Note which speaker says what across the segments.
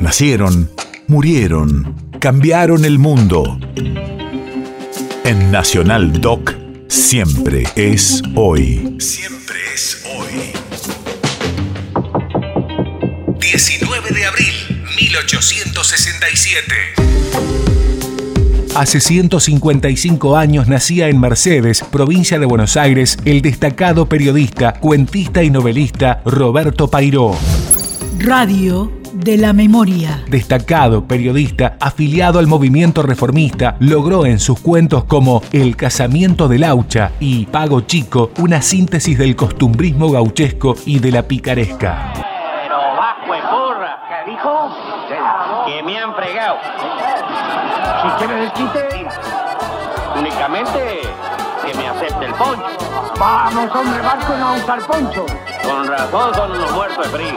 Speaker 1: Nacieron, murieron, cambiaron el mundo. En Nacional Doc, siempre es hoy. Siempre es hoy.
Speaker 2: 19 de abril, 1867.
Speaker 3: Hace 155 años nacía en Mercedes, provincia de Buenos Aires, el destacado periodista, cuentista y novelista Roberto Pairó.
Speaker 4: Radio de la memoria.
Speaker 3: Destacado periodista afiliado al movimiento reformista, logró en sus cuentos como El casamiento de Laucha y Pago Chico una síntesis del costumbrismo gauchesco y de la picaresca.
Speaker 5: Pero bajo en burra. ¿Qué dijo? Que me han fregado. Si quieres el chiste, únicamente que me acepte el poncho. Vamos, hombre, barco a usar poncho. Con razón son unos muertos de frío.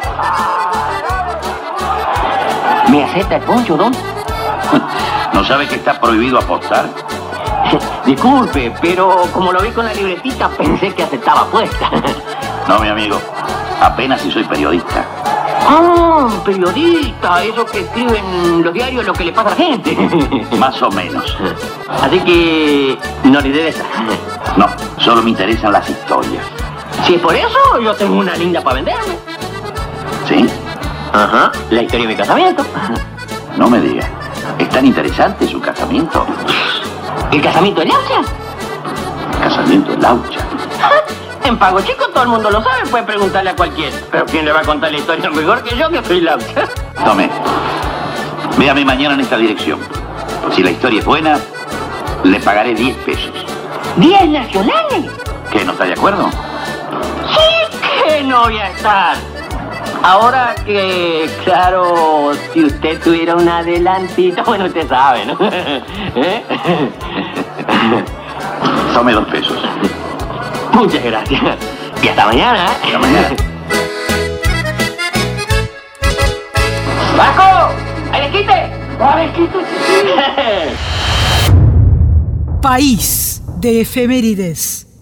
Speaker 6: ¿Me acepta el poncho, don?
Speaker 5: ¿No sabe que está prohibido apostar?
Speaker 6: Disculpe, pero como lo vi con la libretita, pensé que aceptaba apuesta.
Speaker 5: No, mi amigo. Apenas si soy periodista.
Speaker 6: Ah, periodista, eso que escriben los diarios lo que le pasa a la gente.
Speaker 5: Más o menos.
Speaker 6: Así que no le interesa.
Speaker 5: No, solo me interesan las historias.
Speaker 6: Si es por eso, yo tengo una linda para venderme.
Speaker 5: ¿Sí?
Speaker 6: Ajá, la historia de mi casamiento.
Speaker 5: No me diga. ¿Es tan interesante su casamiento?
Speaker 6: ¿El casamiento de Laucha?
Speaker 5: Casamiento de Laucha.
Speaker 6: En Pago Chico todo el mundo lo sabe, puede preguntarle a cualquiera. Pero ¿quién le va a contar la historia mejor que yo que soy Laucha?
Speaker 5: Tome. Véame mañana en esta dirección. Si la historia es buena, le pagaré 10 pesos.
Speaker 6: ¿Días nacionales?
Speaker 5: ¿Qué? ¿No está de acuerdo?
Speaker 6: Sí que no voy a estar. Ahora que, claro, si usted tuviera un adelantito, bueno, usted sabe, ¿no? ¿Eh?
Speaker 5: Tome dos pesos.
Speaker 6: Muchas gracias. Y hasta mañana, ¿eh?
Speaker 5: Hasta mañana.
Speaker 6: ¡Bajo! ¡Alejite!
Speaker 4: País de efemérides.